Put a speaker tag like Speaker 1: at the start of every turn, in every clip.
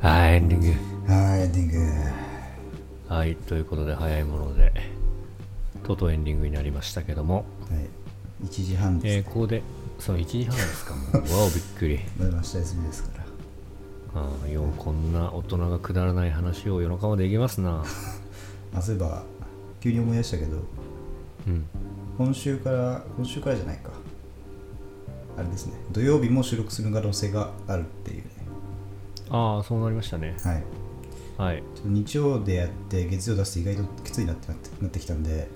Speaker 1: はいエンディング
Speaker 2: はいエンディング
Speaker 1: はいということで早いものでとうとうエンディングになりましたけども、
Speaker 2: はい1時半です、
Speaker 1: えーここでそう1時半ですかもうわおびっくり
Speaker 2: まだ明日休みですから
Speaker 1: ああようこんな大人がくだらない話を夜中までできますな
Speaker 2: あそういえば急に思い出したけど
Speaker 1: うん
Speaker 2: 今週から今週からじゃないかあれですね土曜日も収録する可能性があるっていうね
Speaker 1: ああそうなりましたね
Speaker 2: は
Speaker 1: は
Speaker 2: い
Speaker 1: い
Speaker 2: ちょっと日曜でやって月曜出すと意外ときついなってなってなってきたんで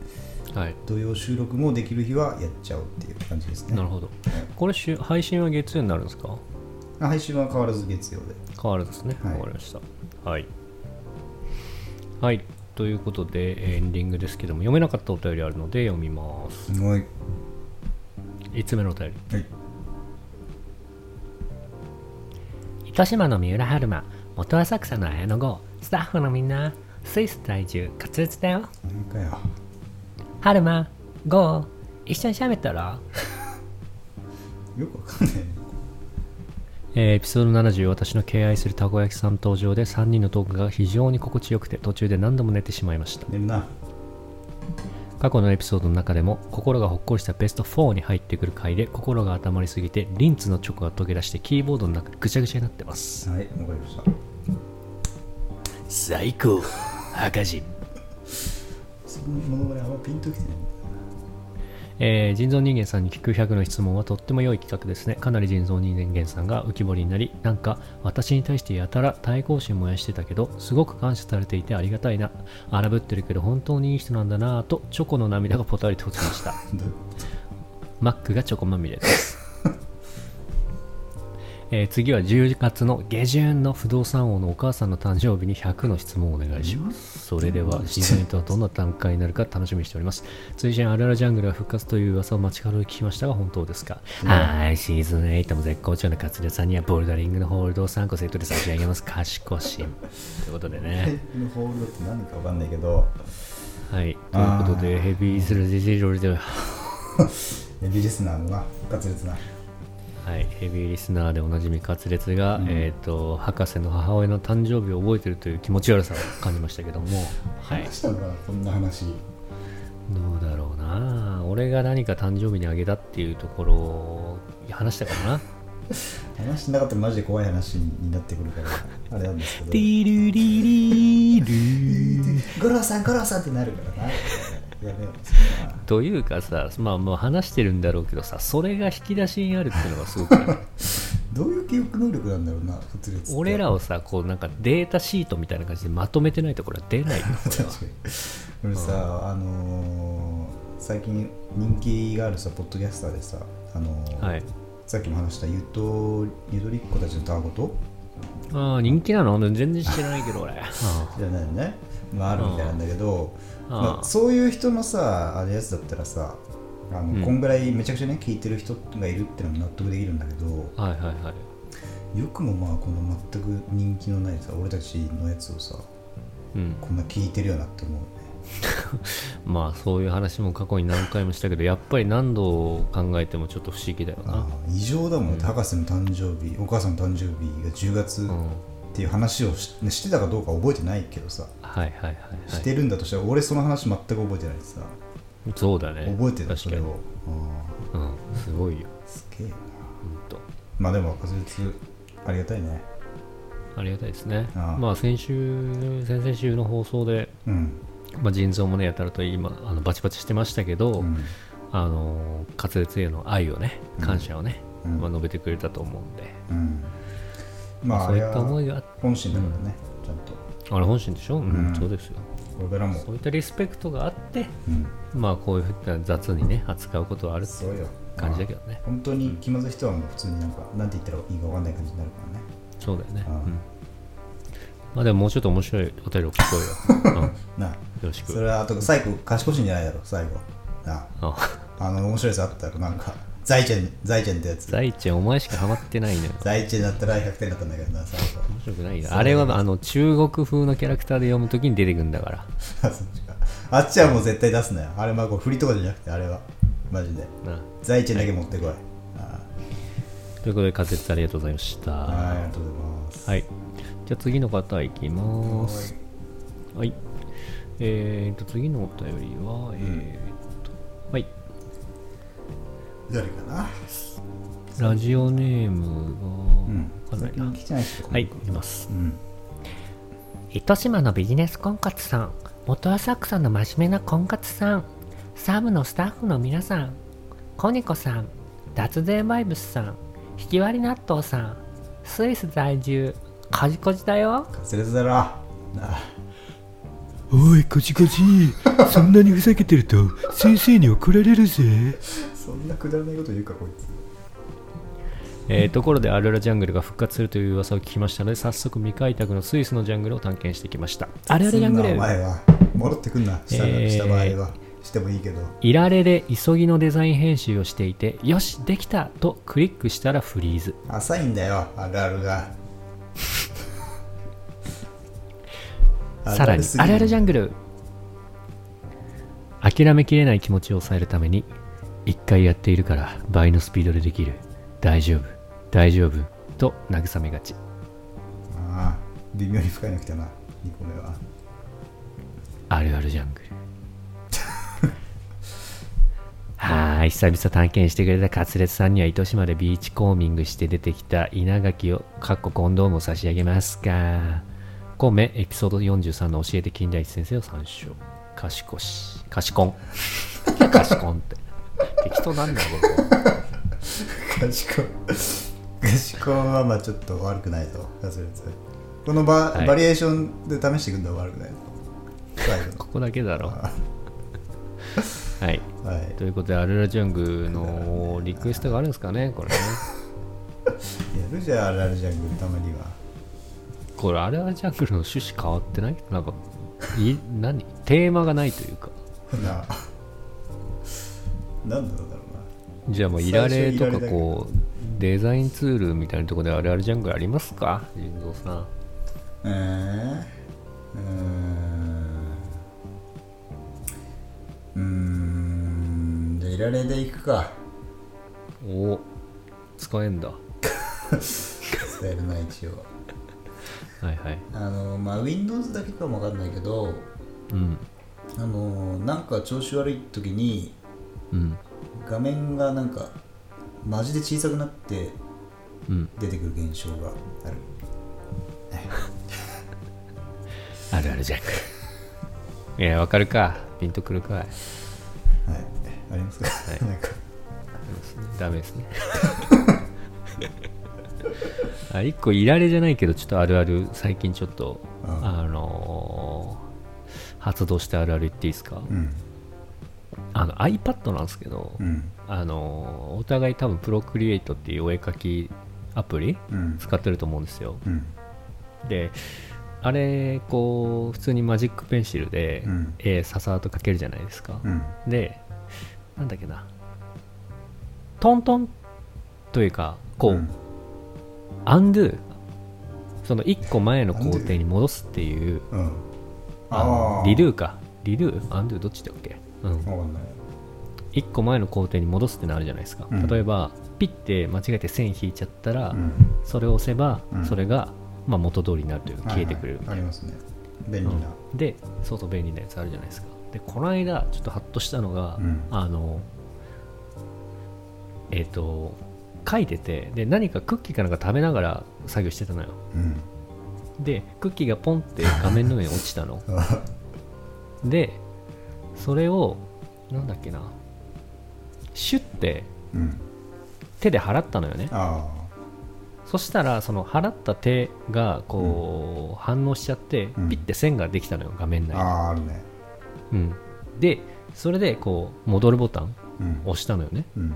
Speaker 1: はい
Speaker 2: 土曜収録もできる日はやっちゃおうっていう感じですね
Speaker 1: なるほどこれしゅ配信は月曜になるんですか
Speaker 2: あ配信は変わらず月曜で
Speaker 1: 変わるんですねわ、
Speaker 2: はい
Speaker 1: かりましたはいはいということでエンディングですけども読めなかったお便りあるので読みます
Speaker 2: すごい
Speaker 1: 5つ目のお便り
Speaker 2: はい
Speaker 1: 糸島の三浦春馬元浅草の綾野剛スタッフのみんなスイス在住滑舌だよ
Speaker 2: なんかよ
Speaker 1: 春馬剛一緒に喋ったら
Speaker 2: よくわかんないね
Speaker 1: えーエピソード70私の敬愛するたこ焼きさん登場で3人のトークが非常に心地よくて途中で何度も寝てしまいました
Speaker 2: 寝るな
Speaker 1: 過去のエピソードの中でも心がほっこりしたベスト4に入ってくる回で心が温まりすぎてリンツのチョコが溶け出してキーボードの中ぐちゃぐちゃになってます
Speaker 2: はいわかりました
Speaker 1: 最高赤字
Speaker 2: そのものまねあんまピンときてないんだ
Speaker 1: えー人造人間さんに聞く100の質問はとっても良い企画ですねかなり人造人間さんが浮き彫りになりなんか私に対してやたら対抗心燃やしてたけどすごく感謝されていてありがたいな荒ぶってるけど本当にいい人なんだなぁとチョコの涙がポタリと落ちました
Speaker 2: どういう
Speaker 1: マックがチョコまみれです、 えー次は10月の下旬の不動産王のお母さんの誕生日に100の質問をお願いしますそれではイベントはどんな段階になるか楽しみにしております追伸あららジャングルが復活という噂を街から聞きましたが本当ですか、はーいシーズン8も絶好調のカツレさんにはボルダリングのホールドを3個セットで差し上げます賢しということでね
Speaker 2: のホールドって何かわかんないけど
Speaker 1: はいということでヘビースルデジロリでは
Speaker 2: エビリスナーのな滑舌な
Speaker 1: はい、ヘビーリスナーでおなじみ滑舌が、えっ、と博士の母親の誕生日を覚えてるという気持ち悪さを感じましたけども、はい、
Speaker 2: したのかなこんな話
Speaker 1: どうだろうな俺が何か誕生日にあげたっていうところを話したかな
Speaker 2: 話してなかったらマジで怖い話になってくるからあれなんですけど
Speaker 1: ティルリリル
Speaker 2: 五郎さん五郎さんってなるからなやべえ
Speaker 1: というかさまあもう話してるんだろうけどさそれが引き出しにあるっていうのがすごく ない
Speaker 2: どういう記憶能力なんだろうな普通です
Speaker 1: 俺らをさこうなんかデータシートみたいな感じでまとめてないところは出ないよこれ
Speaker 2: 確
Speaker 1: は
Speaker 2: かに俺さあのー最近人気があるさポッドキャスターでさあのー
Speaker 1: はい
Speaker 2: さっきも話したゆとゆとりっ子たちのタワごと
Speaker 1: ああ人気なの全然知らないけど俺あ
Speaker 2: じゃないよね、まあ、あるみたいなんだけど、
Speaker 1: うん
Speaker 2: ま
Speaker 1: うん
Speaker 2: あ、そういう人のさあれやつだったらさあの、
Speaker 1: うん
Speaker 2: こんぐらいめちゃくちゃね聞いてる人がいるってのも納得できるんだけど
Speaker 1: あはいはいはい
Speaker 2: よくもまあこの全く人気のないさ俺たちのやつをさ
Speaker 1: うん、
Speaker 2: こんな聞いてるよなって思うね
Speaker 1: まあそういう話も過去に何回もしたけどやっぱり何度考えてもちょっと不思議だよ
Speaker 2: あ
Speaker 1: な、
Speaker 2: ー異常だもんね、博士の誕生日お母さんの誕生日が10月
Speaker 1: うん、
Speaker 2: っ
Speaker 1: はい
Speaker 2: ていう話をし,、ね、してたかどうか覚えてないけどさ
Speaker 1: はいはい
Speaker 2: し
Speaker 1: は
Speaker 2: てるんだとしたら、俺その話全く覚えてないしさ
Speaker 1: いそうだね
Speaker 2: 覚えてる
Speaker 1: 確
Speaker 2: そ
Speaker 1: か
Speaker 2: れ
Speaker 1: に
Speaker 2: を
Speaker 1: う
Speaker 2: あ
Speaker 1: んすごいよ
Speaker 2: ーすげえな
Speaker 1: ほんと
Speaker 2: まあでも滑舌ありがたいね
Speaker 1: ありがたいですね
Speaker 2: ああ
Speaker 1: まあ先週先々週の放送で、
Speaker 2: うん、
Speaker 1: まあ、腎臓もねやたらと今あのバチバチしてましたけど、
Speaker 2: うん
Speaker 1: あの滑舌への愛をね感謝をね、
Speaker 2: うん
Speaker 1: まあ、述べてくれたと思うんで、
Speaker 2: うん、まああ
Speaker 1: そう
Speaker 2: れ
Speaker 1: いった思い
Speaker 2: は
Speaker 1: があっ
Speaker 2: 本心だからね、ちゃんと
Speaker 1: あれ本心でしょ、うん
Speaker 2: うん
Speaker 1: そうですよ
Speaker 2: これからも
Speaker 1: そういったリスペクトがあって
Speaker 2: うん、
Speaker 1: まあこういうふうな雑にね扱うことはあるって
Speaker 2: そう
Speaker 1: いう
Speaker 2: よ
Speaker 1: 感じだけどね
Speaker 2: 本当に気まずい人はもう普通になんかなんて言ったらいいかわかんない感じになるからね
Speaker 1: そうだよね、う
Speaker 2: うんん
Speaker 1: まあでももうちょっと面白いお便りを聞こうよ、うん、よ
Speaker 2: なあ
Speaker 1: ろし
Speaker 2: そ
Speaker 1: く
Speaker 2: れはあと最後賢しんじゃないだろ最後な
Speaker 1: あ
Speaker 2: ああの面白いやつあったらなんか財前財前ってやつ
Speaker 1: 財ちゃんお前しかハマってないのよ
Speaker 2: 財前だったら100点だったんだけどな最後
Speaker 1: 面白くないなあれはあの中国風のキャラクターで読むときに出てくるんだから
Speaker 2: あそっちかあっちはもう絶対出すなよあれまあこう振りとかじゃなくてあれはマジで
Speaker 1: な
Speaker 2: 財前だけ持ってこい、あ
Speaker 1: ということで仮説ありがとうございました
Speaker 2: あはいありがとうございます
Speaker 1: はい。じゃあ次の方いきます。はい。えー、と、次のお便りは、えー、と、はい。
Speaker 2: どれかな
Speaker 1: ラジオネームが、わかんないな。
Speaker 2: 来てない人かな
Speaker 1: はい、います
Speaker 2: う。ん
Speaker 1: 糸島のビジネス婚活さん、元浅草の真面目な婚活さん、サムのスタッフの皆さん、コニコさん、脱税バイブスさん、引き割り納豆さん、スイス在住、カジコジだよ。
Speaker 2: カツレツだろなあ
Speaker 3: おいこじこじそんなにふざけてると先生に怒られるぜ
Speaker 2: そんなくだらないこと言うかこいつ
Speaker 1: えーところでアルラジャングルが復活するという噂を聞きましたので早速未開拓のスイスのジャングルを探検してきましたアルラジャング
Speaker 2: すんなお
Speaker 1: ル
Speaker 2: 前は戻ってくんなした,、
Speaker 1: えー
Speaker 2: した場合はしてもいいけど
Speaker 1: いられで急ぎのデザイン編集をしていてよしできたとクリックしたらフリーズ
Speaker 2: 浅いんだよあるあるが
Speaker 1: さらに
Speaker 2: すぎ
Speaker 1: アルラジャン
Speaker 2: る
Speaker 1: グル諦めきれない気持ちを抑えるために一回やっているから倍のスピードでできる大丈夫大丈夫と慰めがち
Speaker 2: ああ微妙に深いの来たな2個目は
Speaker 1: あるあるジャングルはーい久々探検してくれたカツレツさんには糸島でビーチコーミングして出てきた稲垣をかっこコンドームを差し上げますか米エピソード43の教えて金田一先生を参照かしこしかしこんかしこんって適当なんだよ僕
Speaker 2: ガシコガシコはまあちょっと悪くないぞガスレツこのバ,、
Speaker 1: はい
Speaker 2: バリエーションで試していくのは悪くないぞ最後
Speaker 1: ここだけだろ
Speaker 2: あ
Speaker 1: はい
Speaker 2: のはい
Speaker 1: ということでアルラジャングのリクエストがあるんですかねこれね
Speaker 2: やるじゃんあるあるジャングルたまには
Speaker 1: これあれはジャングルの趣旨変わってないなんかい何テーマがないというか
Speaker 2: な あなんだろうな
Speaker 1: じゃあもうい
Speaker 2: 最
Speaker 1: ら
Speaker 2: 初
Speaker 1: れと
Speaker 2: いら
Speaker 1: か
Speaker 2: れだけど
Speaker 1: こうデザインツールみたいなところであれあれジャングルありますか人造さん
Speaker 2: えー、うーんうーんじゃあいられでいくか
Speaker 1: おお使えんだは
Speaker 2: 伝えるな一応
Speaker 1: いはい
Speaker 2: あのまあ Windows だけかもわかんないけど
Speaker 1: うん
Speaker 2: あのなんか調子悪い時に
Speaker 1: うん
Speaker 2: 画面がなんかマジで小さくなって
Speaker 1: うん
Speaker 2: 出てくる現象がある
Speaker 1: あるあるジャングルいやわかるかピンとくるかい
Speaker 2: はいありますか、
Speaker 1: い
Speaker 2: なんか
Speaker 1: ダメですねあ一個いられじゃないけどちょっとあるある最近ちょっと
Speaker 2: うん
Speaker 1: あのー発動してあるある言っていいですか、
Speaker 2: うん
Speaker 1: あの iPad なんですけど、
Speaker 2: うん
Speaker 1: あのーお互い多分プロクリエイトっていうお絵描きアプリ
Speaker 2: うん
Speaker 1: 使ってると思うんですよ
Speaker 2: うん
Speaker 1: であれこう普通にマジックペンシルで
Speaker 2: うん
Speaker 1: 絵ささっと描けるじゃないですか、
Speaker 2: うん
Speaker 1: でなんだっけなトントンというかこう、
Speaker 2: ん
Speaker 1: アンドゥその1個前の工程に戻すっていう
Speaker 2: うん
Speaker 1: あのリ
Speaker 2: ー
Speaker 1: ドゥかリドゥアンドゥどっちだっけ、うん、
Speaker 2: わかんない
Speaker 1: 1個前の工程に戻すってのあるじゃないですか、
Speaker 2: うん
Speaker 1: 例えばピッて間違えて線引いちゃったら、
Speaker 2: うん
Speaker 1: それを押せば、
Speaker 2: うん
Speaker 1: それが、まあ、元通りになるというか消えてくれるみ
Speaker 2: はいはい
Speaker 1: たい
Speaker 2: あり
Speaker 1: な、
Speaker 2: ますね便利な
Speaker 1: うんでそうそう便利なやつあるじゃないですかでこの間ちょっとハッとしたのが、
Speaker 2: うん
Speaker 1: あのえっ、と書いててで何かクッキーかなんか食べながら作業してたのよ
Speaker 2: うん
Speaker 1: でクッキーがポンって画面の上に落ちた のでそれをなんだっけなシュッて
Speaker 2: うん
Speaker 1: 手で払ったのよね
Speaker 2: あ
Speaker 1: そしたらその払った手がこう、反応しちゃって
Speaker 2: うん
Speaker 1: ピッて線ができたのよ画面
Speaker 2: あ
Speaker 1: 内に、
Speaker 2: あああるね
Speaker 1: うん、でそれでこう戻るボタン
Speaker 2: うん
Speaker 1: 押したのよね
Speaker 2: うん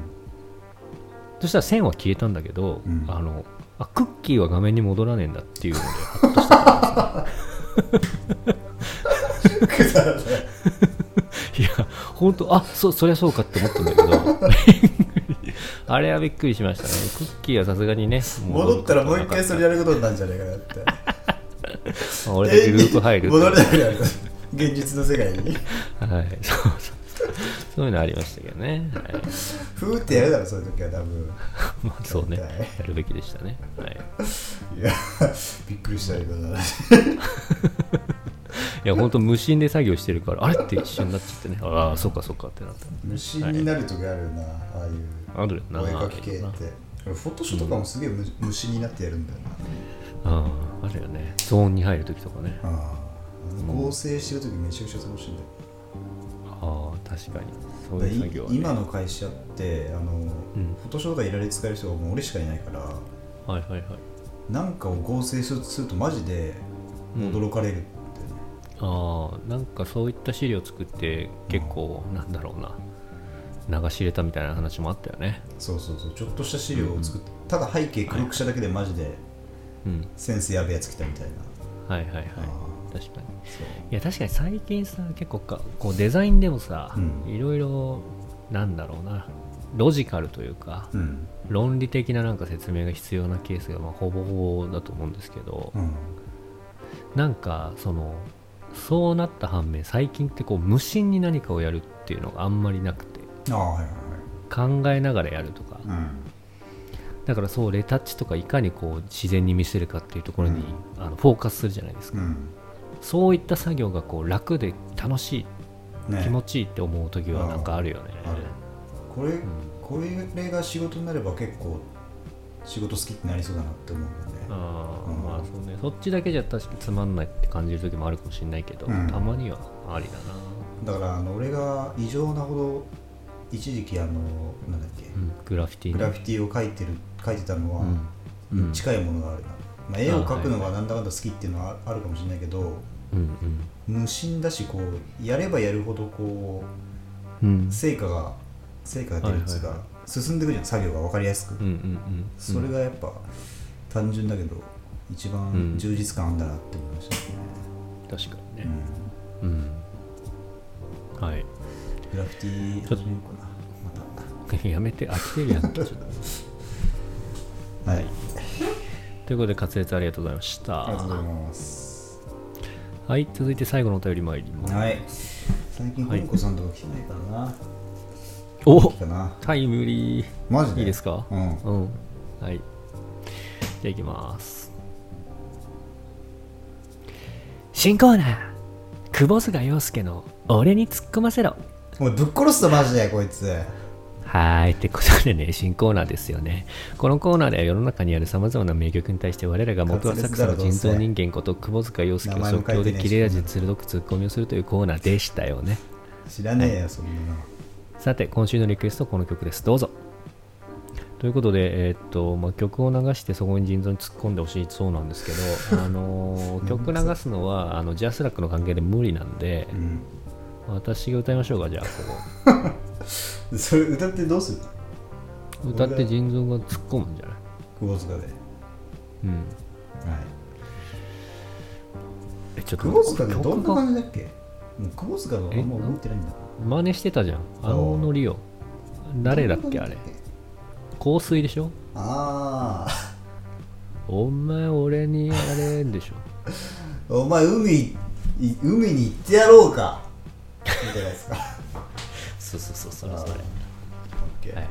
Speaker 1: そしたら線は消えたんだけど、
Speaker 2: うん
Speaker 1: あのあクッキーは画面に戻らねえんだっていうので
Speaker 2: くだらない
Speaker 1: いや、本当、あそそりゃそうかって思ったんだけど、 あれはびっくりしましたね、クッキーはさすがにね、
Speaker 2: 戻ったらもう一回それや
Speaker 1: る
Speaker 2: ることになるんじゃないかなっ
Speaker 1: こ
Speaker 2: て
Speaker 1: となかった。あ俺だけループ入るって
Speaker 2: 戻れなくなる現実の世界に
Speaker 1: はい、そうそうそういうのありましたけどね。はい、
Speaker 2: ふーってやるだろ、そういう時は多分。
Speaker 1: まあそうね
Speaker 2: 大体、
Speaker 1: やるべきでしたね。はい、
Speaker 2: いや、びっくりしたけどな。
Speaker 1: いや、本当無心で作業してるから、あれって一緒になっちゃってね、ああ、そうかそうかってなった。
Speaker 2: 無心になる時あるよな、ああいう。
Speaker 1: あるよな
Speaker 2: お絵描き系って。俺フォトショーとかもすげえ無無心になってやるんだよな。
Speaker 1: ああ、あるよね。ゾーンに入るときとかね。
Speaker 2: ああ合成してる時めちゃくちゃ楽しいんだよ。
Speaker 1: ああ、確かに。そう
Speaker 2: だ
Speaker 1: いう
Speaker 2: い
Speaker 1: 作業は、ね。
Speaker 2: 今の会社ってあの、
Speaker 1: ん
Speaker 2: フォトショーがいられ使える人がもう俺しかいないから
Speaker 1: はいはいはい。
Speaker 2: なんかを合成するするとマジで驚かれるって、ね
Speaker 1: ああなんかそういった資料作って結構なんだろうな流し入れたみたいな話もあったよね
Speaker 2: そうそうそうちょっとした資料を作って、ただ背景黒くしただけでマジで
Speaker 1: うん
Speaker 2: センスやべえやつ来たみたいな、
Speaker 1: はいはいはい
Speaker 2: あ
Speaker 1: 確かに
Speaker 2: ーそう
Speaker 1: いや確かに最近さ結構かこうデザインでもさ、
Speaker 2: うん
Speaker 1: いろいろなんだろうなロジカルというか、
Speaker 2: うん
Speaker 1: 論理的ななんか説明が必要なケースがまあほぼほぼだと思うんですけど、
Speaker 2: うん
Speaker 1: なんかそのそうなった反面最近ってこう無心に何かをやるっていうのがあんまりなくて
Speaker 2: ああはいはい
Speaker 1: 考えながらやるとか、
Speaker 2: はい
Speaker 1: だからそうレタッチとかいかにこう自然に見せるかっていうところに、あのフォーカスするじゃないです
Speaker 2: う
Speaker 1: か、
Speaker 2: ん、
Speaker 1: そういった作業がこう楽で楽し
Speaker 2: うん、
Speaker 1: い、
Speaker 2: ね
Speaker 1: 気持ちいいって思う時はなんかあるよね、
Speaker 2: あるこれ、これが仕事になれば結構仕事好きってなりそうだなって思うんだよね、
Speaker 1: あー
Speaker 2: うん
Speaker 1: まあそうねそっちだけじゃ確かにつまんないって感じる時もあるかもしれないけど、
Speaker 2: うん
Speaker 1: たまにはありだな
Speaker 2: だからあの俺が異常なほど一時期あのなんだっけ、
Speaker 1: うんグラフィティ
Speaker 2: グ
Speaker 1: ね
Speaker 2: ラフィティを描いてる描いてたのは
Speaker 1: うんうん
Speaker 2: 近いものがあるな、まあ、絵を描くのがなんだかんだ好きっていうのはああるかもしれないけど
Speaker 1: うん
Speaker 2: 無心だしこうやればやるほどこ
Speaker 1: うんうん
Speaker 2: う成果が成果が出るっつう
Speaker 1: はい
Speaker 2: か進んでいくじゃん作業が分かりやすく、
Speaker 1: うんうんうん
Speaker 2: それがやっぱ単純だけど一番充実感あんだなって思いましたね、
Speaker 1: 確かに
Speaker 2: う
Speaker 1: ね
Speaker 2: ん
Speaker 1: うん、はい
Speaker 2: グラフィティ始めようかなまた
Speaker 1: やめて、飽きてるや んけ、ちょっと。
Speaker 2: はい、
Speaker 1: ということで、滑舌ありがとうございました。
Speaker 2: ありがとうございます
Speaker 1: はい、続いて最後のお便り参ります。
Speaker 2: はい。最近、
Speaker 1: はい
Speaker 2: コンコさんとか来てないからな。
Speaker 1: お
Speaker 2: 来たな。
Speaker 1: タイムリー。
Speaker 2: マジで
Speaker 1: いいですか
Speaker 2: うん。あ
Speaker 1: うん。はい。じゃあ、いきます。新コーナー、久保塚洋介の俺に突っ込ませろ。
Speaker 2: おい、ぶっ殺すぞ、マジで、こいつ。
Speaker 1: はーい。ってことでね、 新コーナーですよね。このコーナーでは世の中にある様々な名曲に対して我らが元はサクサの人造人間こと久保塚洋介の即興で切れ味鋭く突っ込みをするというコーナーでしたよね。
Speaker 2: 知らねえよ、そんなの。
Speaker 1: さて、今週のリクエスト、この曲です。どうぞ。ということで、えーっとまあ、曲を流してそこに腎臓に突っ込んでほしいそうなんですけ ど、あのー曲流すのはあのジャスラックの関係で無理なんで、
Speaker 2: うん。
Speaker 1: 私が歌いましょうか、じゃあ、こ
Speaker 2: それ、歌ってどうする
Speaker 1: こ。歌って腎臓が突っ込むんじゃない
Speaker 2: 久保塚で。はい。
Speaker 1: うん。え、ちょっと
Speaker 2: 久保塚ってどん
Speaker 1: 曲が
Speaker 2: な感じだっけもう久保塚のあんま覚えてないんだな。
Speaker 1: 真似してたじゃん。あのノリを。誰だっけ、あれ。香水でしょ
Speaker 2: あ
Speaker 1: お前、俺にやれんでしょ。
Speaker 2: あ。お前、海い、海に行ってやろうか。みたいなや つか。
Speaker 1: そうそうそう、そ
Speaker 2: れそれオッケー
Speaker 1: はい、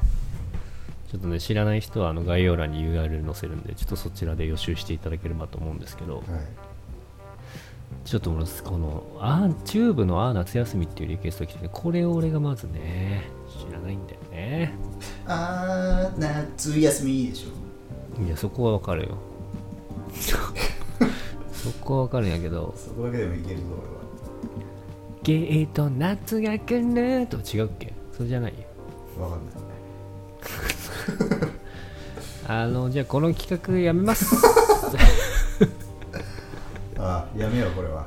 Speaker 1: ちょっとね知らない人はあの概要欄に URL 載せるんでちょっとそちらで予習していただければと思うんですけど
Speaker 2: はい。
Speaker 1: ちょっともうこのあーチューブの「あー夏休み」っていうリクエスト来てねこれを俺がまずね知らないんだよね
Speaker 2: あー、夏休みいいでしょ。
Speaker 1: いやそこはわかるよ そこはわかるんやけど
Speaker 2: そこだけでもいけるぞ、俺は。
Speaker 1: 「ゲート夏が来る」と違うっけそれじゃないよ
Speaker 2: わかんない。
Speaker 1: あのじゃあこの企画やめます
Speaker 2: ああ、やめよう、これは。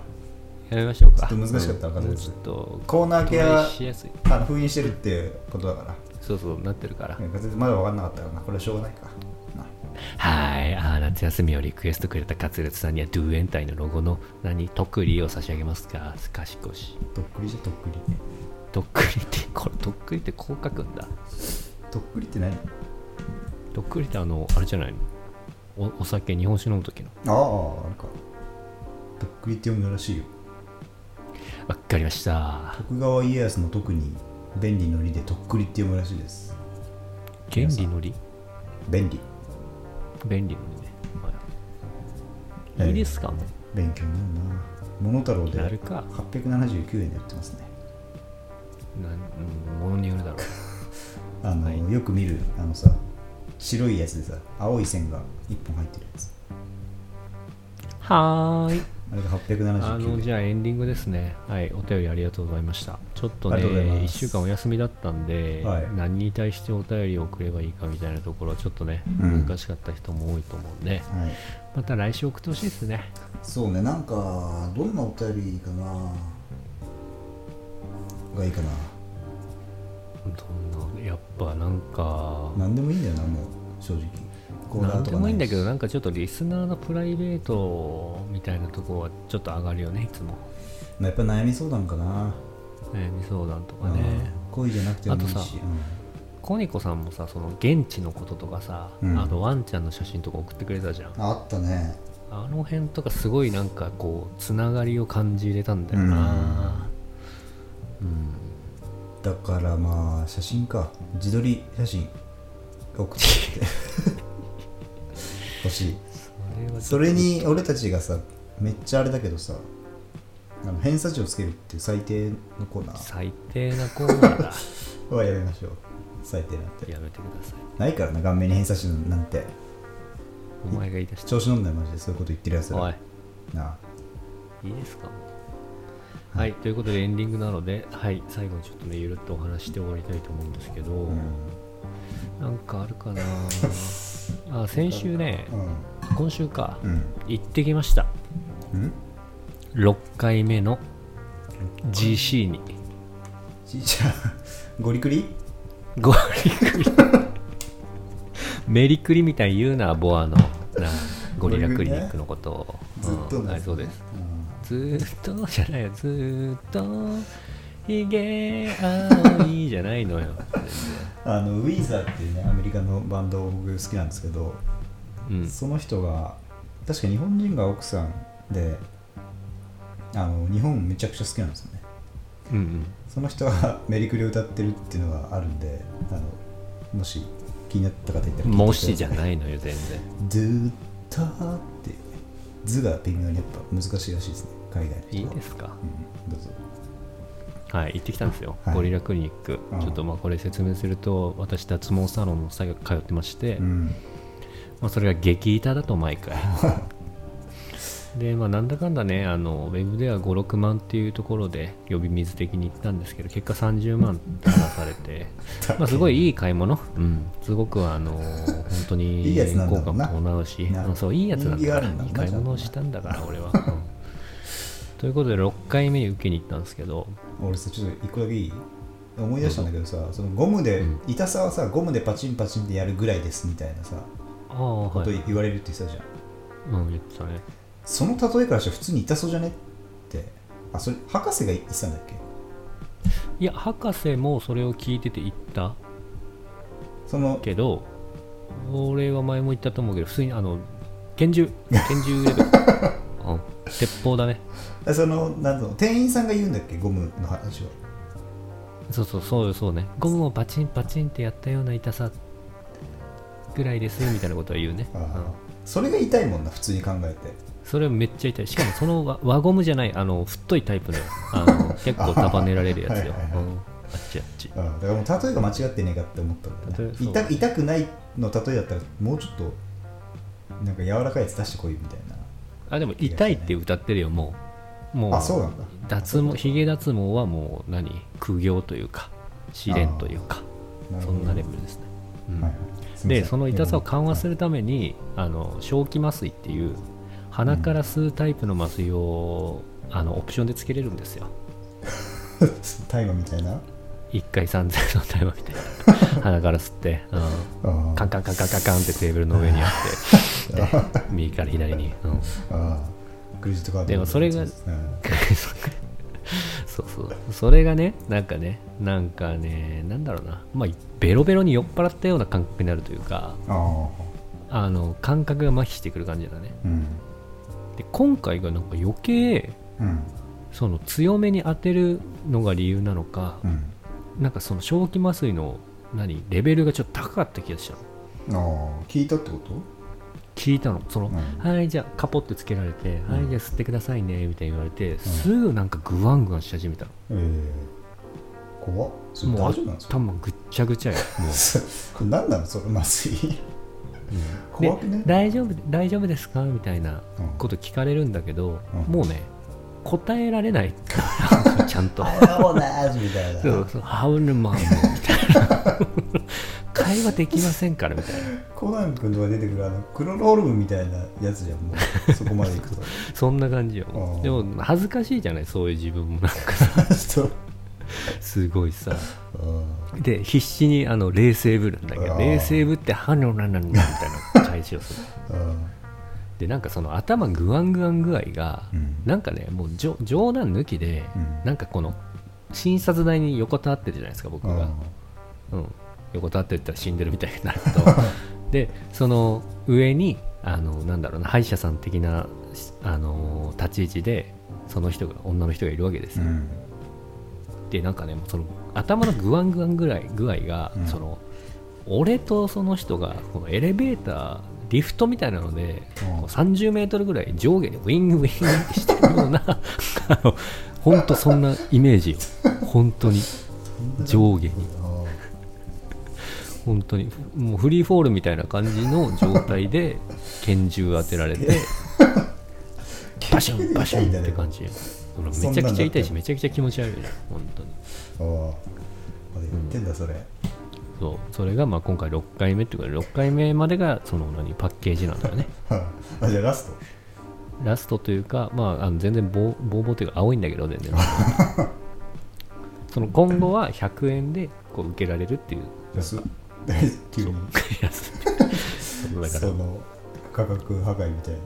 Speaker 1: やめましょうか
Speaker 2: ちょっと難しかったわかんないです
Speaker 1: ちょっと
Speaker 2: コーナー系は
Speaker 1: しやすい
Speaker 2: あの封印してるっていうことだから。
Speaker 1: そうそうなってるから
Speaker 2: 全然まだ分かんなかったからな。これはしょうがないか。な
Speaker 1: はい、あー夏休みをリクエストくれた勝ツさんにはドゥエンタイのロゴの何とっくりを差し上げますかすかしこし
Speaker 2: とっくりじゃとっくり。
Speaker 1: とっくりってこれとっくりってこう書くんだ
Speaker 2: とっくりって何あ
Speaker 1: とっくりってあのあれじゃないのおお酒日本酒飲む時の
Speaker 2: あ、あれか。とっくりって読むらしいよ。
Speaker 1: わっかりました
Speaker 2: 徳川家康の特に便利の利でとっくりって読むらしいです
Speaker 1: 原理のり
Speaker 2: 便利
Speaker 1: 便利のりね。は、
Speaker 2: はいい
Speaker 1: いいですかも
Speaker 2: 勉強になるな桃太郎
Speaker 1: う
Speaker 2: で
Speaker 1: やるか。
Speaker 2: 879円で売ってますね
Speaker 1: なんうん、ものによるだろう。
Speaker 2: あの、
Speaker 1: はい
Speaker 2: よく見るあのさ白いやつでさ青い線が1本入ってるやつ
Speaker 1: はーい。
Speaker 2: あれが879
Speaker 1: あの、
Speaker 2: 円
Speaker 1: じゃあエンディングですね。はい、お便りありがとうございました。ちょっと
Speaker 2: ありがとうござい
Speaker 1: ね、
Speaker 2: ま
Speaker 1: 1
Speaker 2: す
Speaker 1: 週間お休みだったんで、
Speaker 2: はい
Speaker 1: 何に対してお便りを送ればいいかみたいなところはちょっとね、
Speaker 2: うん
Speaker 1: 難しかった人も多いと思うんで、
Speaker 2: はい、
Speaker 1: また来週送ってほしいですね。
Speaker 2: そうねなんかどんなお便りかながいいかな
Speaker 1: どんな、やっぱなんか、
Speaker 2: 何でもいいんだよなもう正直コーナ
Speaker 1: なん
Speaker 2: ーと
Speaker 1: で
Speaker 2: か
Speaker 1: もいいんだ
Speaker 2: し
Speaker 1: けど、なんかちょっとリスナーのプライベートみたいなところはちょっと上がるよね、いつも。
Speaker 2: まあやっぱ悩み相談かな、
Speaker 1: 悩み相談とかね。
Speaker 2: うん恋じゃなくてもいい
Speaker 1: あと
Speaker 2: し
Speaker 1: さ、コニコさんもさ、その現地のこととかさ、
Speaker 2: うん
Speaker 1: あのワンちゃんの写真とか送ってくれたじゃん
Speaker 2: う。んああったね
Speaker 1: あの辺とかすごいなんかこうつながりを感じれたんだよなうん、
Speaker 2: だからまあ写真か自撮り写真送ってきて欲しい
Speaker 1: あれは
Speaker 2: それに俺たちがさめっちゃあれだけどさあの偏差値をつけるっていう最低のコーナー
Speaker 1: 最低なコーナーだ
Speaker 2: はやめましょう最低なんて
Speaker 1: やめてください
Speaker 2: ないからな顔面に偏差値なんて
Speaker 1: お前が言い出し
Speaker 2: 調子乗んなよマジでそういうこと言ってるやつ
Speaker 1: た
Speaker 2: ら
Speaker 1: おい
Speaker 2: なあ
Speaker 1: いいですかはい、ということでエンディングなので、はい、最後にちょっとねゆるっとお話しして終わりたいと思うんですけど、
Speaker 2: うん
Speaker 1: なんかあるかなあ先週ね
Speaker 2: うん
Speaker 1: 今週か
Speaker 2: うん
Speaker 1: 行ってきました
Speaker 2: うん
Speaker 1: 6回目の GC に
Speaker 2: ちいちゃんゴリクリ
Speaker 1: ゴリクリメリクリみたいに言うなボアのなゴリラクリニックのことを
Speaker 2: ずっと
Speaker 1: うんあ
Speaker 2: な
Speaker 1: れそうです
Speaker 2: うん
Speaker 1: ずーっとじゃないよずーっとひげ青いじゃないのよ
Speaker 2: あのウィーザーっていうねアメリカのバンド僕好きなんですけど、
Speaker 1: うん
Speaker 2: その人が確か日本人が奥さんであの日本めちゃくちゃ好きなんですよね
Speaker 1: うんうん
Speaker 2: その人が メリクリを歌ってるっていうのがあるんであのもし気になった方いたら
Speaker 1: もしじゃ
Speaker 2: い
Speaker 1: ないのよ全然
Speaker 2: 「ドゥーター」っていうね図が微妙にやっぱ難しいらしいですね海外の人、
Speaker 1: いいですすか
Speaker 2: うん、どうぞ
Speaker 1: はい行ってきたんですよ、
Speaker 2: はい
Speaker 1: ゴリラクリニック、
Speaker 2: うん
Speaker 1: ちょっとまあこれ説明すると私脱毛サロンの作業通ってまして、
Speaker 2: うん
Speaker 1: まあ、それが激痛だと毎 回で、まあ、なんだかんだねあのウェブでは56万っていうところで呼び水的に行ったんですけど結果30万騙され てまあすごいいい買い物、うん、すごくあの本当
Speaker 2: い
Speaker 1: に
Speaker 2: いやつなんだ
Speaker 1: 効
Speaker 2: ろ
Speaker 1: 果
Speaker 2: うな
Speaker 1: も伴うし
Speaker 2: な
Speaker 1: うんそういいやつなんだから
Speaker 2: 人気があるんだろう
Speaker 1: いい
Speaker 2: な
Speaker 1: 買い物をしたんだから俺は、うんということで6回目に受けに行ったんですけど
Speaker 2: 俺さちょっと一個だけいい思い出したんだけどさそのゴムで、
Speaker 1: う
Speaker 2: 痛さはさゴムでパチンパチンでやるぐらいですみたいなさ
Speaker 1: ああ
Speaker 2: こ
Speaker 1: は
Speaker 2: と
Speaker 1: い、
Speaker 2: 言われるって言ってたじゃん、
Speaker 1: うん、言ってたね
Speaker 2: その例えからして普通に痛そうじゃねってあそれ博士が言ってたんだっけ
Speaker 1: いや博士もそれを聞いてて言った
Speaker 2: その
Speaker 1: けど俺は前も言ったと思うけど普通にあの拳銃拳銃レベル、 うん、鉄砲だね
Speaker 2: あそのなんつうの店員さんが言うんだっけゴムの話は
Speaker 1: そうそうそうそうねゴムをパチンパチンってやったような痛さぐらいですみたいなことは言うね、
Speaker 2: あ
Speaker 1: う
Speaker 2: ー
Speaker 1: ん、
Speaker 2: それが痛いもんな普通に考えて
Speaker 1: それはめっちゃ痛いしかもその輪輪ゴムじゃないあの太いタイプのあの 結構束ねられるやつよ、
Speaker 2: はいはいはい
Speaker 1: うん、あっちあっち
Speaker 2: あーだからもう例えが間違ってねえかって思ったんだ
Speaker 1: 例
Speaker 2: よ
Speaker 1: え
Speaker 2: ね
Speaker 1: そう
Speaker 2: 痛痛くないの例えだったらもうちょっとなんか柔らかいやつ出してこいよみたいな
Speaker 1: あでも痛いって歌ってるよもうもう
Speaker 2: あそうなんだ
Speaker 1: 脱毛ヒゲ脱毛はもう何苦行というか試練というか
Speaker 2: なる
Speaker 1: そ
Speaker 2: ほど
Speaker 1: んなレベルですね、うん
Speaker 2: はいはいすいま
Speaker 1: で
Speaker 2: せん
Speaker 1: その痛さを緩和するために、あの正気麻酔っていう鼻から吸うタイプの麻酔を、あのオプションでつけれるんですよ
Speaker 2: 大麻みたいな
Speaker 1: 1回3000のタイマーみたいな 鼻から吸って、う
Speaker 2: あー
Speaker 1: ん、カンカンカンカンカンカンってテーブルの上にあ ってで右から左に、うん、
Speaker 2: あークレジットカード
Speaker 1: でもそれが
Speaker 2: うん
Speaker 1: そうそうそれがねなんかねなんかねなんだろうなまあベロベロに酔っ払ったような感覚になるというか
Speaker 2: あ
Speaker 1: あの感覚が麻痺してくる感じだね
Speaker 2: ーうん
Speaker 1: で今回がなんか余計
Speaker 2: うん
Speaker 1: その強めに当てるのが理由なのか、
Speaker 2: うん
Speaker 1: なんかその正気麻酔の何レベルがちょっと高かった気がしたの
Speaker 2: ああ聞いたってこと
Speaker 1: 聞いたのその、
Speaker 2: うん
Speaker 1: はいじゃあカポってつけられて、はいじゃあ吸ってくださいねみたいに言われて、すぐなんかグワングワンし始めたの
Speaker 2: ええ怖っそれ大
Speaker 1: もう
Speaker 2: 丈夫なんですか
Speaker 1: 頭ぐっちゃぐちゃよ
Speaker 2: これ何なのそ れ麻酔怖くね
Speaker 1: で 大丈夫大丈夫ですかみたいな
Speaker 2: うん
Speaker 1: こと聞かれるんだけど、
Speaker 2: うん
Speaker 1: もうね答えられ ないちゃんと
Speaker 2: あおなーみたいな
Speaker 1: そうそうハウルマン もみたいな会話できませんからみたいな
Speaker 2: コナン君とか出てくるあのクロロールムみたいなやつじゃんも うそこまでいくと
Speaker 1: そんな感じよ
Speaker 2: ああ
Speaker 1: でも恥ずかしいじゃないそういう自分もなんか
Speaker 2: ち ょっ
Speaker 1: すごいさ
Speaker 2: とうん
Speaker 1: で必死にあの冷静ぶるんだけ
Speaker 2: あ
Speaker 1: ど
Speaker 2: あ
Speaker 1: 冷静ぶって歯のなんなんなんみたいな返しをする
Speaker 2: うん
Speaker 1: でなんかその頭グワングワン具合が、
Speaker 2: うん
Speaker 1: なんかねもうじょ冗談抜きで、
Speaker 2: うん
Speaker 1: なんかこの診察台に横たわってるじゃないですか僕が、うん、横たわってったら死んでるみたいにな るとでその上にあのなんだろうな歯医者さん的なしあの立ち位置でその人が女の人がいるわけです
Speaker 2: う
Speaker 1: よ、
Speaker 2: ん
Speaker 1: でなんかねその頭のグワングワンぐらい具合が、
Speaker 2: うん
Speaker 1: その俺とその人がこのエレベーターリフトみたいなので、
Speaker 2: うん
Speaker 1: こう30メートルぐらい上下でウィングウィングってしてるような あの本当そんなイメージよ本当に上下に
Speaker 2: あ
Speaker 1: 本当にもうフリーフォールみたいな感じの状態で拳銃当てられて
Speaker 2: ー
Speaker 1: バシュンバシュンって
Speaker 2: あ
Speaker 1: 感 じほらめ
Speaker 2: そん
Speaker 1: ち
Speaker 2: な
Speaker 1: ゃく
Speaker 2: んだっ
Speaker 1: ちゃ
Speaker 2: たよ
Speaker 1: 痛いしめちゃくちゃ気持ち悪いじゃん本当に
Speaker 2: あーまだ言ってんだそれ
Speaker 1: そうそれがまあ今回6回目っていうか6回目までがその何パッケージなんだよ ね
Speaker 2: あじゃあラスト
Speaker 1: ラストというか、まあ、あの全然ボーボーボーというか青いんだけど全 然その今後は100円でこう受けられるっていう
Speaker 2: 安っ 急に
Speaker 1: やつそうだから
Speaker 2: その価格破壊みたいな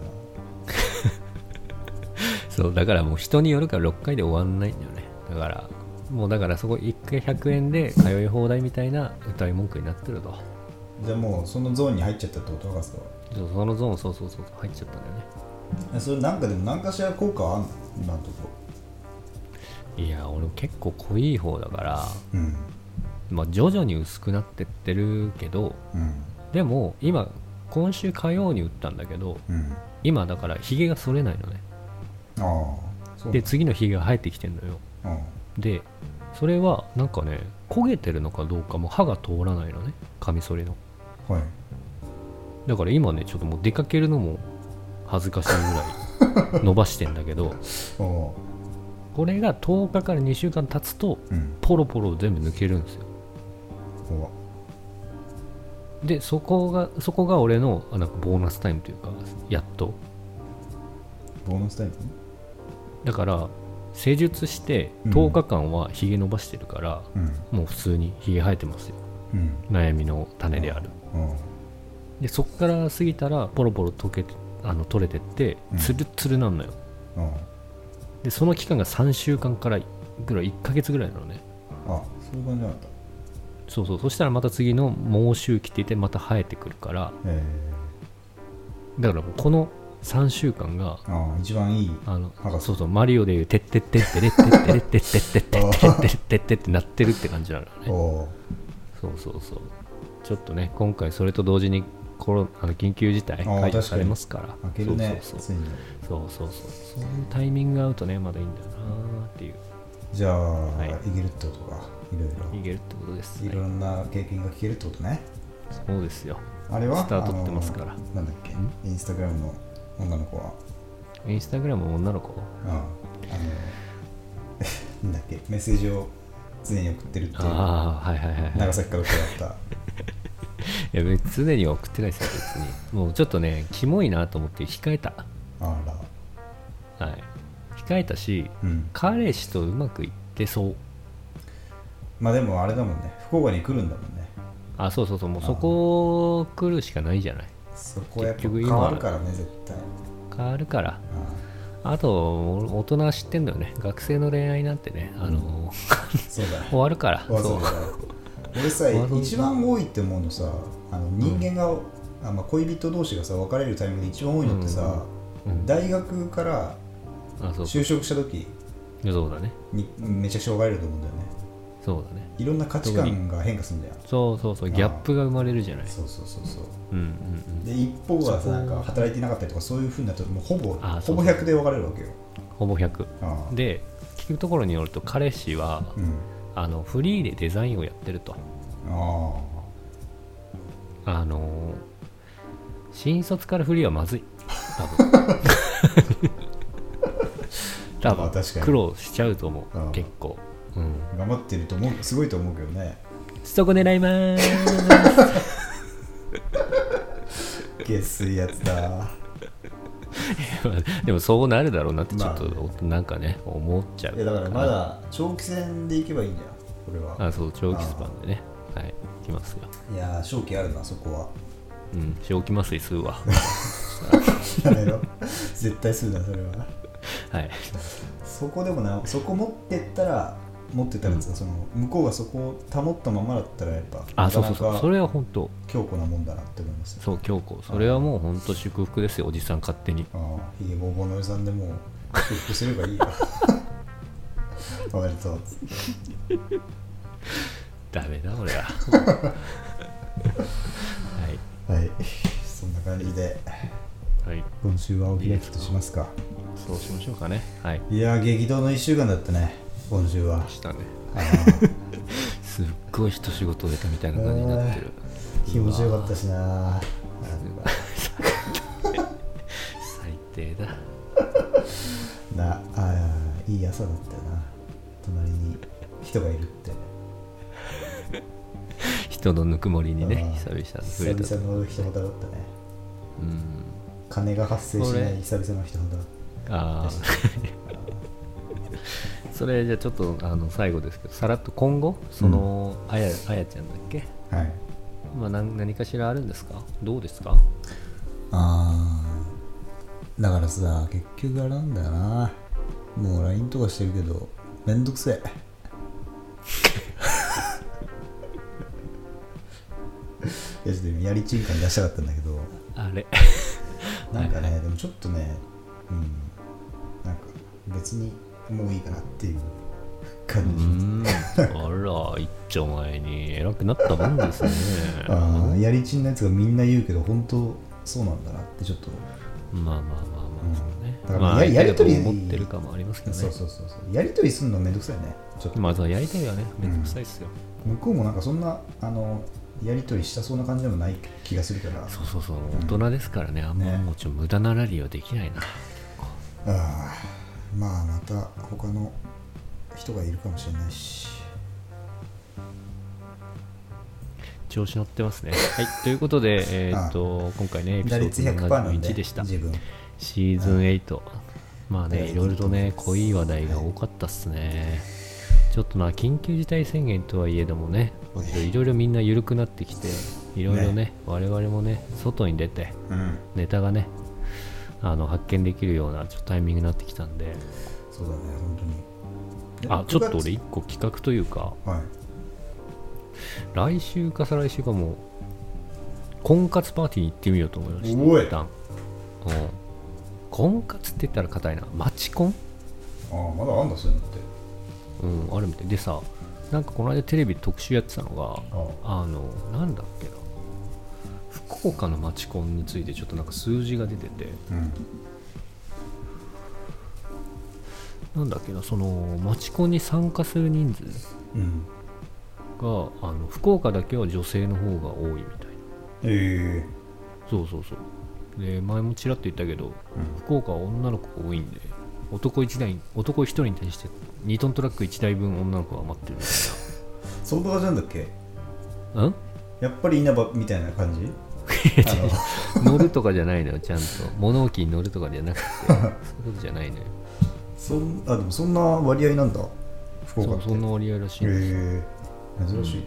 Speaker 1: そうだからもう人によるから6回で終わんないんだよねだからもうだからそこ1回100円で通い放題みたいな歌い文句になってると
Speaker 2: じゃあもうそのゾーンに入っちゃったってこと博士は
Speaker 1: そうそのゾーンそうそうそう入っちゃったんだよね
Speaker 2: えそれなんかでも何かしら効果はあんの今のとこ
Speaker 1: いや俺も結構濃い方だから、
Speaker 2: うん
Speaker 1: まあ、徐々に薄くなってってるけど
Speaker 2: うん
Speaker 1: でも今今週火曜に打ったんだけど
Speaker 2: うん
Speaker 1: 今だからヒゲが剃れないのね
Speaker 2: ああそう
Speaker 1: で次のヒゲが生えてきてんのよ
Speaker 2: うん
Speaker 1: でそれはなんかね焦げてるのかどうかもう歯が通らないのねカミソリの
Speaker 2: はい
Speaker 1: だから今ねちょっともう出かけるのも恥ずかしいぐらい伸ばしてんだけど
Speaker 2: ああ
Speaker 1: これが10日から2週間経つと
Speaker 2: うん
Speaker 1: ポロポロ全部抜けるんですよ
Speaker 2: 怖っ
Speaker 1: でそこがそこが俺のあなんかボーナスタイムというかやっと
Speaker 2: ボーナスタイム
Speaker 1: だから施術して
Speaker 2: うん
Speaker 1: 10日間はひげ伸ばしてるから、
Speaker 2: うん
Speaker 1: もう普通にひげ生えてますよ
Speaker 2: うん
Speaker 1: 悩みの種である、
Speaker 2: うん
Speaker 1: でそこから過ぎたらポロポロ溶けてあの取れてって
Speaker 2: うん
Speaker 1: ツルッツルなんのよ、
Speaker 2: うん
Speaker 1: でその期間が3週間からぐらい1ヶ月ぐらいなのね
Speaker 2: あそういう感じなんだった
Speaker 1: そうそうそしたらまた次の猛周期って言ってまた生えてくるから
Speaker 2: え
Speaker 1: だからもうこの3週間が
Speaker 2: えああ一番いい
Speaker 1: あの
Speaker 2: なんか
Speaker 1: そうそうマリオでいう「てってってってれってってれってってってってってってってってってなってるって感じなのね
Speaker 2: おう
Speaker 1: そうそうそうちょっとね今回それと同時にコロあの緊急事態
Speaker 2: あー
Speaker 1: 解除
Speaker 2: 確か
Speaker 1: さ
Speaker 2: に
Speaker 1: れますから
Speaker 2: 開けるね
Speaker 1: そう
Speaker 2: つ
Speaker 1: そ
Speaker 2: いうに
Speaker 1: そうそうそうそうそういうタイミングが合うとねまだいいんだよなっていう
Speaker 2: じゃあ
Speaker 1: い
Speaker 2: いけるってことかいろい
Speaker 1: いけるってことです、
Speaker 2: ろい
Speaker 1: ね、
Speaker 2: ろんな経験が聞けるってことね
Speaker 1: そうですよ
Speaker 2: あれは
Speaker 1: スタートってますから
Speaker 2: あのなんだっけインスタグラムの女の子は
Speaker 1: インスタグラム女の子
Speaker 2: うんあの なんだっけメッセージを常に送ってるっていう
Speaker 1: ああはいはいはい
Speaker 2: 長崎から伺った
Speaker 1: いや別に常には送ってないですよ別にもうちょっとねキモいなと思って控えた
Speaker 2: あら
Speaker 1: はい控えたし
Speaker 2: うん
Speaker 1: 彼氏とうまくいってそう
Speaker 2: まあでもあれだもんね福岡に来るんだもんね
Speaker 1: あそうそうそうもうそこ来るしかないじゃない
Speaker 2: そこはやっぱ
Speaker 1: 結局
Speaker 2: 変
Speaker 1: 今
Speaker 2: わるからね絶対
Speaker 1: 変わるから
Speaker 2: あ
Speaker 1: あとお大人は知ってんだよね学生の恋愛なんてねあの
Speaker 2: そうだ
Speaker 1: 終わるから
Speaker 2: わざ
Speaker 1: そ
Speaker 2: わ
Speaker 1: う
Speaker 2: ざ俺さ
Speaker 1: わざわざ
Speaker 2: 一番多いって思うのさあの人間が、あまあ、恋人同士がさ別れるタイミングで一番多いのってさ、
Speaker 1: うん
Speaker 2: 大学から
Speaker 1: あそう
Speaker 2: 就職した時
Speaker 1: そうだね
Speaker 2: にめちゃくちゃ別れると思うんだよね
Speaker 1: そうだね
Speaker 2: いろんな価値観が変化するんじゃん
Speaker 1: そうそうそうギャップが生まれるじゃない
Speaker 2: そうそうそうそう
Speaker 1: うんうんうん
Speaker 2: で一方は
Speaker 1: そ
Speaker 2: さ
Speaker 1: こ
Speaker 2: なんか働いてなかったりとかそういうふうになったらもうほぼ
Speaker 1: あ
Speaker 2: ほぼ
Speaker 1: そうそう
Speaker 2: 100で分かれるわけよ
Speaker 1: ほぼ100
Speaker 2: ああ
Speaker 1: で聞くところによると彼氏は
Speaker 2: うん
Speaker 1: あのフリーでデザインをやってると
Speaker 2: あ
Speaker 1: あの新卒からフリーはまずい多分 多
Speaker 2: まあ
Speaker 1: 分
Speaker 2: 確かに
Speaker 1: 苦労しちゃうと思
Speaker 2: ああ
Speaker 1: う結構うん
Speaker 2: あ頑張ってると思うすごいと思うけどね
Speaker 1: そこ狙いまーす
Speaker 2: 下水やつだ
Speaker 1: でもそうなるだろうなってちょ
Speaker 2: まあ
Speaker 1: っとなんかね思っちゃう
Speaker 2: いやだからまだ長期戦でいけばいいんじゃんこれは
Speaker 1: あそう長期スパンでねはい行きますよ
Speaker 2: いやー勝機あるなそこは
Speaker 1: うん正気麻酔する わ
Speaker 2: やめろ 絶対するなそれは
Speaker 1: はい
Speaker 2: そこでもなそこ持ってったら持ってったらですかその向こうがそこを保ったままだったらやっぱ
Speaker 1: あ
Speaker 2: なか
Speaker 1: そうそ
Speaker 2: な
Speaker 1: うそう
Speaker 2: か
Speaker 1: それは本当
Speaker 2: 強固なもんだなって思いますね
Speaker 1: そう強行それはもう本当祝福ですよおじさん勝手に
Speaker 2: ああひげぼうぼうのおじさんでもう祝福すればいい よおめでとう
Speaker 1: ダメだ 俺ははい
Speaker 2: はいそんな感じで
Speaker 1: はい
Speaker 2: 今週はお開きとしますか
Speaker 1: そうしましょうかねはい
Speaker 2: いやー激動の1週間だったね今週は
Speaker 1: したね
Speaker 2: あー
Speaker 1: すっごい一仕事終えたみたいな感じになってる
Speaker 2: 気持ちよかったしななんか
Speaker 1: 最低だ
Speaker 2: なあーいい朝だったよな隣に人がいるって
Speaker 1: 人のぬくもりにね
Speaker 2: あ
Speaker 1: 久々に触れた
Speaker 2: 久々の人肌だったね
Speaker 1: うん
Speaker 2: 金が発生しな
Speaker 1: こ
Speaker 2: い久々の人肌
Speaker 1: ああそれじゃあちょっとあの最後ですけどさらっと今後その、あやあやちゃんだっけ、
Speaker 2: はい
Speaker 1: まあ、何何かしらあるんですかどうですか
Speaker 2: あーだからさ結局あれなんだよなもう LINE とかしてるけどめんどくせえいやちょっとやり中間出したかったんだけど
Speaker 1: あれ
Speaker 2: なんかね、でもちょっとねうんなんか別にもういいかなっていう感
Speaker 1: うー
Speaker 2: じ、
Speaker 1: んあら一丁前に偉くなったもんですね
Speaker 2: ああやりちんのやつがみんな言うけど本当そうなんだなってちょっと
Speaker 1: まあまあまあまあ、
Speaker 2: うん
Speaker 1: そうね
Speaker 2: だから
Speaker 1: まあ
Speaker 2: ややりとり
Speaker 1: 相手がどう思ってるかもありますけどね
Speaker 2: そうそうそうそうやりとりするのめんどくさいねちょっと
Speaker 1: まあそうやりたいよねめんどくさいっすよ、
Speaker 2: 向こうもなんかそんなあのやり取りしたそうな感じでもない気がするから
Speaker 1: そうそうそう大人ですからねあんま
Speaker 2: ね
Speaker 1: もうちょっと無駄なラリーはできないな、
Speaker 2: ああまあまた他の人がいるかもしれないし
Speaker 1: 調子乗ってますね。はい、ということで、えーっと今回ね、エピソ
Speaker 2: 打率
Speaker 1: ード
Speaker 2: 100%なんで
Speaker 1: 71でした。
Speaker 2: 自分
Speaker 1: シーズン8。まあ
Speaker 2: は
Speaker 1: ね、
Speaker 2: い
Speaker 1: いろいろとね、濃い話題が多かったっすね。ちょっとまあ、緊急事態宣言とはいえどもね、ほんといろいろみんな緩くなってきて、いろいろね、我々もね、外に出て、
Speaker 2: うん
Speaker 1: ネタがね、あの発見できるようなちょっとタイミングになってきたんで、
Speaker 2: そうだね本当にで
Speaker 1: あ、ちょっと俺、
Speaker 2: 9
Speaker 1: 1個企画というか、
Speaker 2: 月はい
Speaker 1: 来週か再来週かもう婚活パーティーに行ってみようと思いました
Speaker 2: おい
Speaker 1: 一旦うん婚活って言ったら硬いな街コン、
Speaker 2: ああまだあんだそういうのって
Speaker 1: うん、あるみたいでさなんかこの間テレビ特集やってたのが
Speaker 2: あ
Speaker 1: あのなんだっけな福岡の街コンについてちょっとなんか数字が出てて
Speaker 2: あうん
Speaker 1: なんだっけなその街コンに参加する人数
Speaker 2: うん
Speaker 1: があの福岡だけは女性の方が多いみたいな
Speaker 2: え
Speaker 1: そうそうそうで前もちらっと言ったけど、
Speaker 2: うん
Speaker 1: 福岡は女の子が多いんで男1台男1人に対して2トントラック1台分女の子が待ってるみた
Speaker 2: えそんな感じなんだっけ
Speaker 1: いなうん
Speaker 2: やっぱり稲葉みたいな感じあの
Speaker 1: 乗るとかじゃないのよちゃんと物置に乗るとかじゃなくてそういうことじゃないのよ
Speaker 2: そんあでもそんな割合なんだ福
Speaker 1: そ
Speaker 2: 岡っ
Speaker 1: う
Speaker 2: て
Speaker 1: そんな割合らしい
Speaker 2: へ
Speaker 1: んですよ
Speaker 2: え珍しい、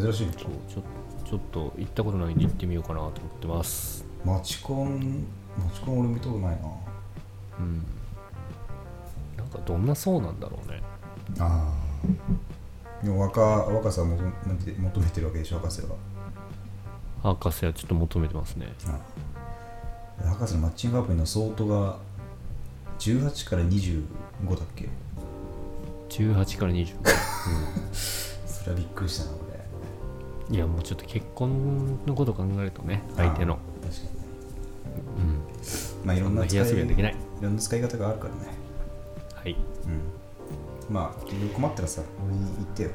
Speaker 2: 珍し
Speaker 1: そ
Speaker 2: い
Speaker 1: うちょちょっと行ったことないんで行ってみようかなと思ってます
Speaker 2: マチコンマチコン俺見たことないな
Speaker 1: うんなんかどんな層なんだろうね
Speaker 2: ああでも若若さを求めて求めてるわけでしょ博士は
Speaker 1: 博士はちょっと求めてますね
Speaker 2: あ博士のマッチングアプリの相当が18から25だっけ
Speaker 1: 18から25、
Speaker 2: それはびっくりしたな俺
Speaker 1: うん、いやもうちょっと結婚のこと考えるとね相手の
Speaker 2: あー確かにね
Speaker 1: うん
Speaker 2: まあいろ
Speaker 1: そ
Speaker 2: ん
Speaker 1: ん
Speaker 2: な
Speaker 1: な
Speaker 2: 使
Speaker 1: 火
Speaker 2: い
Speaker 1: 遊びはできない
Speaker 2: いろんな使い方があるからね
Speaker 1: はい
Speaker 2: うんまあいろいろ困ったらさ俺に 言ってよ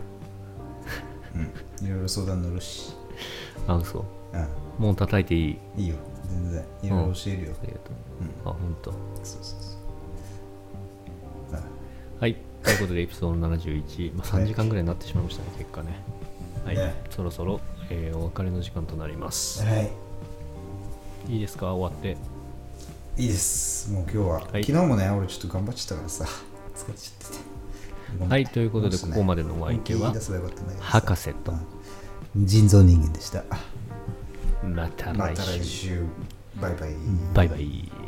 Speaker 2: うんいろいろ相談乗るし
Speaker 1: あ嘘
Speaker 2: う
Speaker 1: もう叩いていい
Speaker 2: んいいよ全然いろいろ教えるよ
Speaker 1: ありがとう
Speaker 2: うん
Speaker 1: あ本当。
Speaker 2: そうそうそうあ
Speaker 1: はいということでエピソード71、まあ、
Speaker 2: はい
Speaker 1: 3時間ぐらいになってしまいましたね結果ねはい、
Speaker 2: ね
Speaker 1: そろそろ、えーお別れの時間となります
Speaker 2: はい
Speaker 1: いいですか終わって
Speaker 2: いいですもう今日は、
Speaker 1: い
Speaker 2: 昨日もね俺ちょっと頑張っちゃったからさ疲れちゃっててごめん
Speaker 1: はいということで
Speaker 2: そ
Speaker 1: こ
Speaker 2: ね
Speaker 1: こまでのお相手は
Speaker 2: 本気出せばよかったんだけどさ
Speaker 1: 博士と
Speaker 2: うん人造人間でした
Speaker 1: また
Speaker 2: ま
Speaker 1: 来
Speaker 2: た
Speaker 1: 週
Speaker 2: 来週バイバイ
Speaker 1: バイバイ